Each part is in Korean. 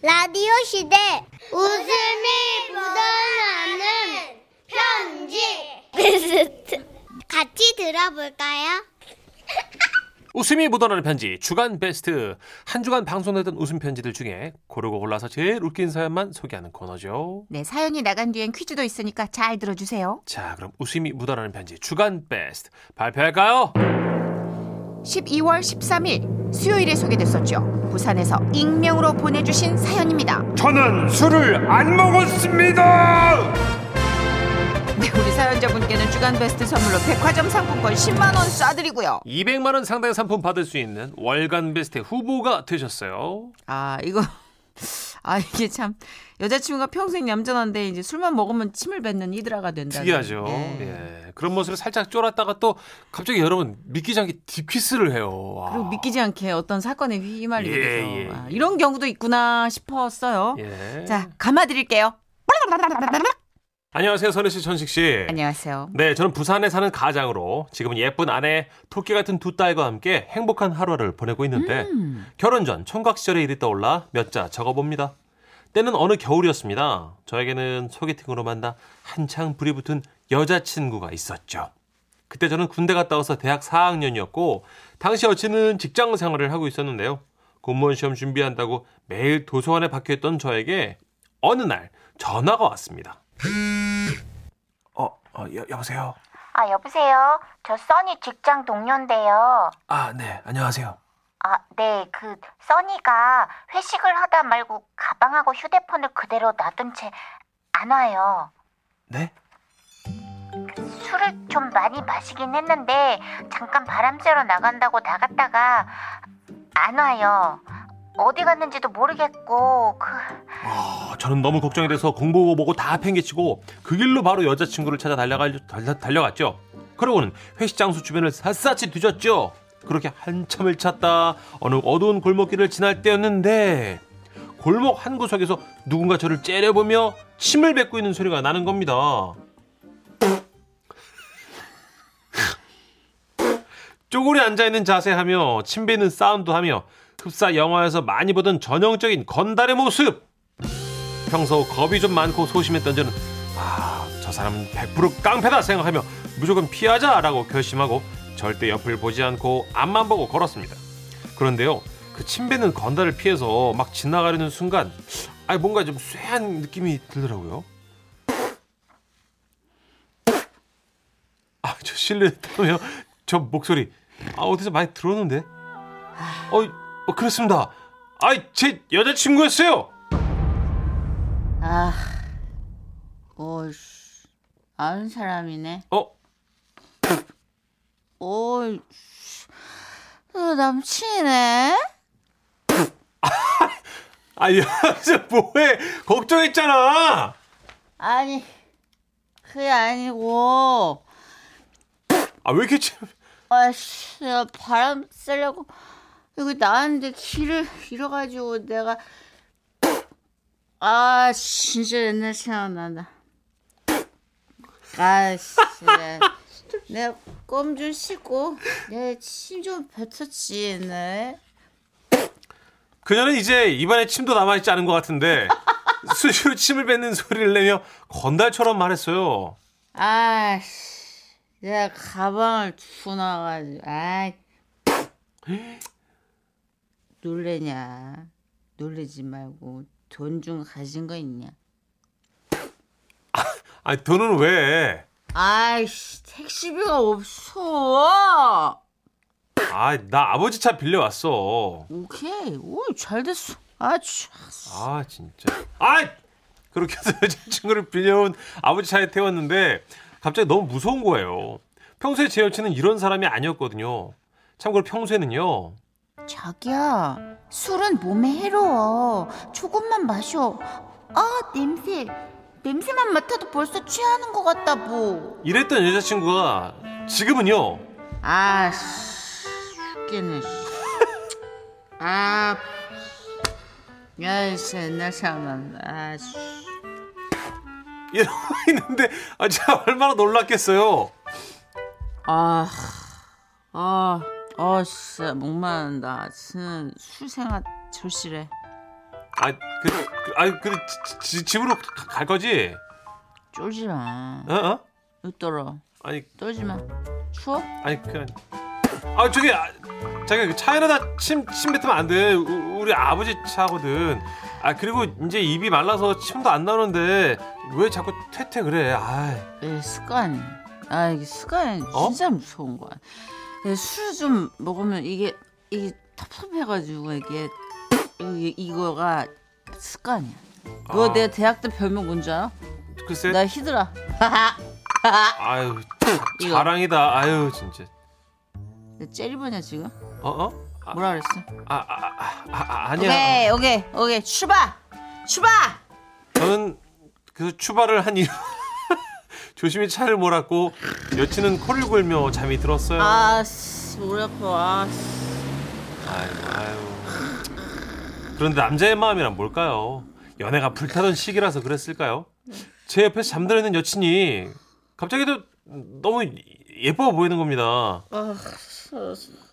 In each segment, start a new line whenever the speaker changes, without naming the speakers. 라디오 시대 웃음이 묻어나는 편지 베스트 같이 들어볼까요?
웃음이 묻어나는 편지 주간 베스트 한 주간 방송됐던 웃음 편지들 중에 고르고 골라서 제일 웃긴 사연만 소개하는 코너죠.
네, 사연이 나간 뒤엔 퀴즈도 있으니까 잘 들어주세요.
자, 그럼 웃음이 묻어나는 편지 주간 베스트 발표할까요?
12월 13일 수요일에 소개됐었죠. 부산에서 익명으로 보내주신 사연입니다.
저는 술을 안 먹었습니다.
네, 우리 사연자분께는 주간 베스트 선물로 백화점 상품권 10만 원 쏴드리고요.
200만 원 상당의 상품 받을 수 있는 월간 베스트 후보가 되셨어요.
아 이거 아 이게 참 여자친구가 평생 얌전한데 이제 술만 먹으면 침을 뱉는 이드라가 된다.
특이하죠. 예. 그런 모습을 살짝 쫄았다가 또 갑자기 여러분 믿기지 않게 딥키스를 해요. 와.
그리고 믿기지 않게 어떤 사건에 휘말리게
예,
돼서
예,
아,
예.
이런 경우도 있구나 싶었어요.
예.
자 감아드릴게요.
안녕하세요, 선우 씨, 천식 씨.
안녕하세요.
네, 저는 부산에 사는 가장으로 지금은 예쁜 아내, 토끼 같은 두 딸과 함께 행복한 하루를 보내고 있는데 결혼 전 총각 시절의 일이 떠올라 몇 자 적어봅니다. 때는 어느 겨울이었습니다. 저에게는 소개팅으로 만나 한창 불이 붙은 여자친구가 있었죠. 그때 저는 군대 갔다 와서 대학 4학년이었고 당시 여친은 직장 생활을 하고 있었는데요. 공무원 시험 준비한다고 매일 도서관에 박혀있던 저에게 어느 날 전화가 왔습니다. 어, 어 여, 여보세요?
아, 여보세요. 저 써니 직장 동료인데요.
아, 네, 안녕하세요.
아, 네. 그 써니가 회식을 하다 말고 가방하고 휴대폰을 그대로 놔둔 채 안 와요.
네?
술을 좀 많이 마시긴 했는데 잠깐 바람 쐬러 나간다고 나갔다가 안 와요. 어디 갔는지도 모르겠고 그
아, 저는 너무 걱정이 돼서 공보고 보고 다 팽개치고 그 길로 바로 여자친구를 찾아 달려가, 달려, 달려갔죠. 그러고는 회식 장소 주변을 샅샅이 뒤졌죠. 그렇게 한참을 찾다 어느 어두운 골목길을 지날 때였는데 골목 한 구석에서 누군가 저를 째려보며 침을 뱉고 있는 소리가 나는 겁니다. 쪼그려 앉아있는 자세하며 침 뱉는 사운드하며 흡사 영화에서 많이 보던 전형적인 건달의 모습! 평소 겁이 좀 많고 소심했던 저는 아, 저 사람은 100% 깡패다 생각하며 무조건 피하자라고 결심하고 절대 옆을 보지 않고 앞만 보고 걸었습니다. 그런데요, 그 침 뱉는 건달을 피해서 막 지나가려는 순간 아, 뭔가 좀 쇠한 느낌이 들더라고요. 아, 저 실례했다며 저 목소리 아, 어디서 많이 들었는데? 어, 어 그렇습니다. 아이, 제 여자친구였어요.
아, 오씨, 아는 사람이네.
어,
오이, 어, 남친이네.
아, 야, 진짜 뭐해? 걱정했잖아.
아니, 그게 아니고,
아, 왜 이렇게 참...
아씨, 나 바람 쐬려고 여기 나왔는데 길을 잃어가지고 내가 아 진짜 옛날 생각난다. 아씨, 내가 껌 좀 씻고 내 침 좀 뱉었지 옛날.
그녀는 이제 입안에 침도 남아있지 않은 것 같은데 수시로 침을 뱉는 소리를 내며 건달처럼 말했어요.
아씨, 내가 가방을 두고 나가지고 아이 놀래냐? 놀래지 말고 돈 좀 가진 거 있냐?
아니, 돈은 왜?
아이씨 택시비가 없어.
아, 나 아버지 차 빌려왔어.
오케이, 오잘 됐어. 아, 참.
아, 진짜. 아! 그렇게 해서 여자친구를 빌려온 아버지 차에 태웠는데 갑자기 너무 무서운 거예요. 평소에 제 여친은 이런 사람이 아니었거든요. 참고로 평소에는요.
자기야, 술은 몸에 해로워. 조금만 마셔. 아 냄새, 냄새만 맡아도 벌써 취하는 것 같다 뭐.
이랬던 여자친구가 지금은요.
아, 씨, 죽겠네. 씨. 아, 야, 이 옛날 생각난다. 아, 씨.
이러고 있는데 아 진짜 얼마나 놀랐겠어요.
아, 아, 아, 진짜 목마른다. 진짜 술 생활 절실해.
아, 그, 그, 아, 그, 지- 지- 집으로 가- 갈 거지?
쫄지 마.
어? 어?
웃더러.
아니,
쫄지 마. 추워?
아니, 그, 아, 저기, 아, 자기 그 차에다 침, 침 뱉으면 안 돼. 우, 우리 아버지 차거든. 아, 그리고 이제 입이 말라서 침도 안 나오는데 왜 자꾸 퇴퇴 그래? 아,
예, 습관. 아 이게 습관이
어?
진짜 무서운 거야. 예, 술좀 먹으면 이게 이게 텁텁해가지고 이게 이- 이거가 습관이야. 그거
아. 네.
내 대학 때 별명 뭔지 알아?
글쎄,
나 히드라.
아유,
이거.
자랑이다. 아유, 진짜.
내 째리보냐 지금?
어, 어? 아,
뭐라 그랬어?
아, 아, 아, 아, 아니야.
오케이 오케이 오케이 출발 출발.
저는 그 출발을 한 이후 조심히 차를 몰았고 여친은 코를 골며 잠이 들었어요.
아씨 머리 아파. 아, 씨.
아유, 아유. 그런데 남자의 마음이란 뭘까요? 연애가 불타던 시기라서 그랬을까요? 제 옆에서 잠들어 있는 여친이 갑자기도 너무 예뻐 보이는 겁니다.
아, 씨.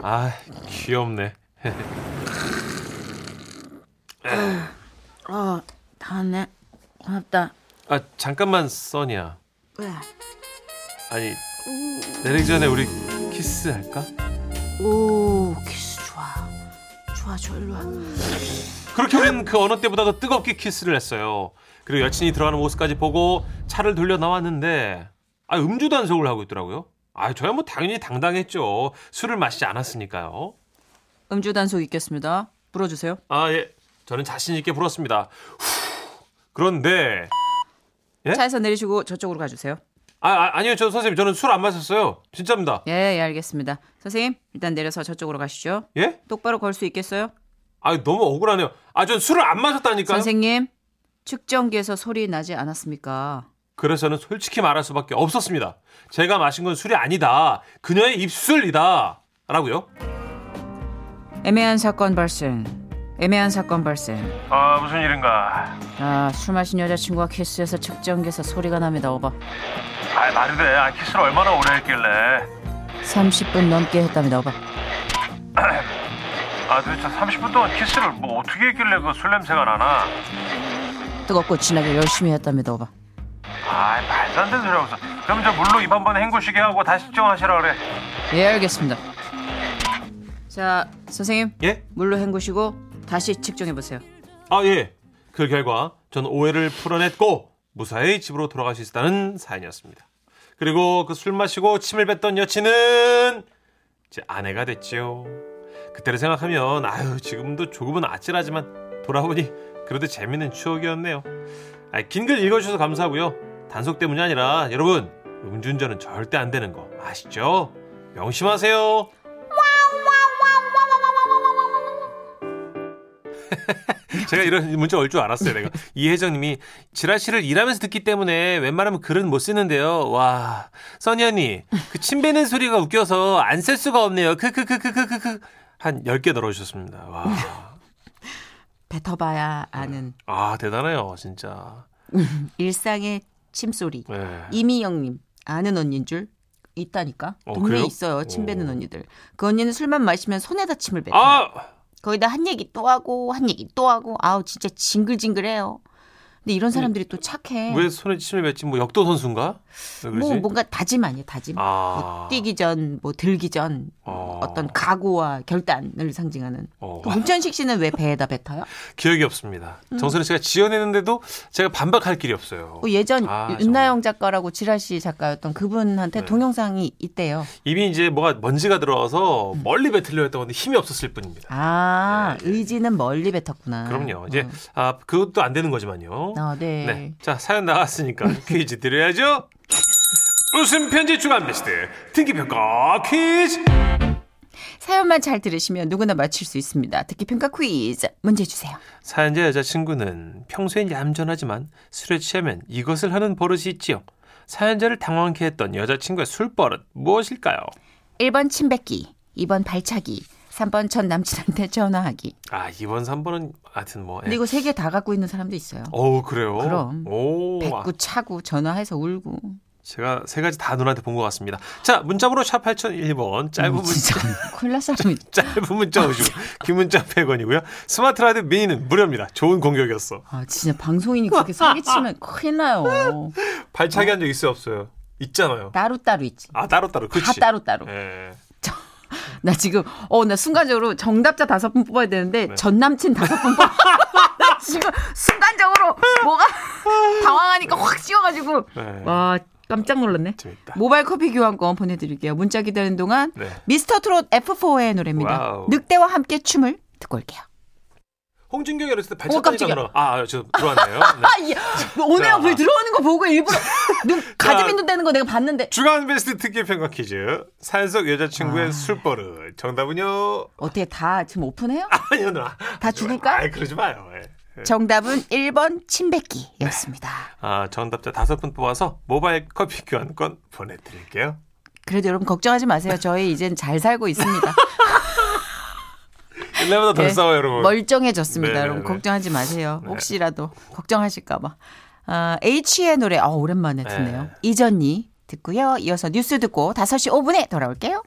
아, 귀엽네.
아 다네 고맙다. 아,
아, 잠깐만 써니야.
왜?
아니, 내리기 전에 우리 키스할까?
오 키스 좋아 좋아 좋아 일로 와
그렇게 우리는 그 어느 때보다도 뜨겁게 키스를 했어요. 그리고 여친이 들어가는 모습까지 보고 차를 돌려 나왔는데 아 음주 단속을 하고 있더라고요. 아 저야 뭐 당연히 당당했죠. 술을 마시지 않았으니까요.
음주 단속 있겠습니다 불어주세요
아 예, 저는 자신 있게 불었습니다. 후. 그런데 예?
차에서 내리시고 저쪽으로 가주세요
아, 아 아니요 저 선생님 저는 술 안 마셨어요. 진짜입니다.
예, 예 알겠습니다 선생님 일단 내려서 저쪽으로 가시죠
예?
똑바로 걸 수 있겠어요
아 너무 억울하네요. 아 전 술을 안 마셨다니까요.
선생님 측정기에서 소리 나지 않았습니까
그래서 저는 솔직히 말할 수밖에 없었습니다. 제가 마신 건 술이 아니다. 그녀의 입술이다. 라고요.
애매한 사건 발생 애매한 사건 발생
아 무슨 일인가?
아, 술 마신 여자친구와 키스해서 측정기에서 소리가 납니다 오버
아 말이 돼. 아 키스를 얼마나 오래 했길래?
30분 넘게 했답니다 오버
아 도대체 30분 동안 키스를 뭐 어떻게 했길래 그 술 냄새가 나나?
뜨겁고 진하게 열심히 했답니다 오버
아 말도 안 되는 소리 하고서. 그럼 저 물로 입 한 번 헹구시게 하고 다시 측정하시라 그래.
예, 알겠습니다. 자, 선생님.
예?
물로 헹구시고 다시 측정해 보세요.
아 예. 그 결과 전 오해를 풀어냈고 무사히 집으로 돌아갈 수 있다는 사연이었습니다. 그리고 그 술 마시고 침을 뱉던 여친은 제 아내가 됐지요. 그때를 생각하면 아유 지금도 조금은 아찔하지만 돌아보니 그래도 재밌는 추억이었네요. 아, 긴글 읽어주셔서 감사하고요. 단속 때문이 아니라 여러분 음주운전은 절대 안 되는 거 아시죠? 명심하세요. 제가 이런 문자 올 줄 알았어요. 내가 이혜정님이 지라시를 일하면서 듣기 때문에 웬만하면 글은 못 쓰는데요. 와 써니 언니 그 침뱉는 소리가 웃겨서 안 쓸 수가 없네요. 크크크크크크크 한 10개 넣어주셨습니다. 와.
뱉어봐야 아는
아 대단해요 진짜.
일상의 침소리.
예.
이미영님 아는 언니인 줄 있다니까.
어,
동네에
그래요?
있어요. 침 뱉는
오.
언니들. 그 언니는 술만 마시면 손에다 침을 뱉어. 요
아
거기다 한 얘기 또 하고 한 얘기 또 하고 아우 진짜 징글징글해요. 근데 이런 사람들이 또 착해.
음. 왜 손에 침을 뱉지? 뭐 역도 선수인가? 왜 그러지?
뭐 뭔가 다짐 아니야 다짐.
아.
뭐 뛰기 전, 뭐 들기 전
어.
어떤 각오와 결단을 상징하는.
어.
그 문천식 씨는 왜 배에다 뱉어요?
기억이 없습니다. 정선이 씨가 지어내는데도 제가 반박할 길이 없어요.
음. 어, 예전
아, 네.
윤나영 작가라고 지라 씨 작가였던 그분한테 동영상이 있대요.
이미 이제 뭐가 먼지가 들어와서 멀리 뱉으려 했던 건데 힘이 없었을 뿐입니다.
아 의지는 멀리 뱉었구나.
네. 그럼요. 이제 아 그것도 안 되는 거지만요.
어, 어, 음. 네.
네. 자 사연 나왔으니까 퀴즈 드려야죠. 웃음 편지 주간 베스트 등기 평가 퀴즈.
사연만 잘 들으시면 누구나 맞힐 수 있습니다. 듣기 평가 퀴즈 문제 주세요.
사연자 여자친구는 평소엔 얌전하지만 술에 취하면 이것을 하는 버릇이 있지요. 사연자를 당황케 했던 여자친구의 술 버릇 무엇일까요?
1번 침뱉기, 2번 발차기, 3번 전 남친한테 전화하기.
아 이번 3번은 하여튼 뭐.
근데 이거 세 개 다 갖고 있는 사람도 있어요.
어우 그래요.
그럼.
오. 아,
뱉고 차고 전화해서 울고.
제가 세 가지 다 누나한테 본 것 같습니다. 자, 문자번호 샵 8001번, 짧은
음,
문자,
콜라 사람이
짧은 문자 오시고, 긴 문자 100원이고요. 스마트 라디오 미니는 무료입니다. 좋은 공격이었어.
아 진짜 방송인이 그렇게 사기치면 큰일 나요.
발차기 한 적 있어요, 없어요? 있잖아요.
따로따로 있지.
아, 따로따로. 그치.
다 따로따로.
예.
나 지금 어 나 순간적으로 정답자 다섯 분 뽑아야 되는데
네.
전 남친 다섯 분 뽑아. 나 지금 순간적으로 뭐가 당황하니까 확 씌워가지고
아. 네.
와 깜짝 놀랐네.
재밌다.
모바일 커피 교환권 보내드릴게요. 문자 기다리는 동안
네.
미스터 트롯 F4의 노래입니다.
와우.
늑대와 함께 춤을 듣고 올게요.
홍진경이 어렸을 때 발차기
오, 깜짝이야.
장으로. 아, 저 들어왔네요. 네.
아, 예. 오늘
자.
앞에 들어오는 거 보고 일부러 눈 가슴이 눈대는 거 내가 봤는데
주간 베스트 특기 평가 퀴즈. 산속
아.
여자친구의 술버릇. 정답은요?
어떻게 다 지금 오픈해요?
아니요, 누나.
다 죽을까?
아, 그러지 마요. 예. 예.
정답은 1번 침뱉기였습니다.
아, 정답자 다섯 분 뽑아서 모바일 커피 교환권 보내드릴게요.
그래도 여러분 걱정하지 마세요. 저희 이젠 잘 살고 있습니다.
일레보다 덜
네.
싸워요, 여러분.
멀쩡해졌습니다.
네,
여러분
네, 네.
걱정하지 마세요.
네.
혹시라도 걱정하실까봐. 아, H의 노래 어, 오랜만에 듣네요.
네.
이전이 듣고요. 이어서 뉴스 듣고 5시 5분에 돌아올게요.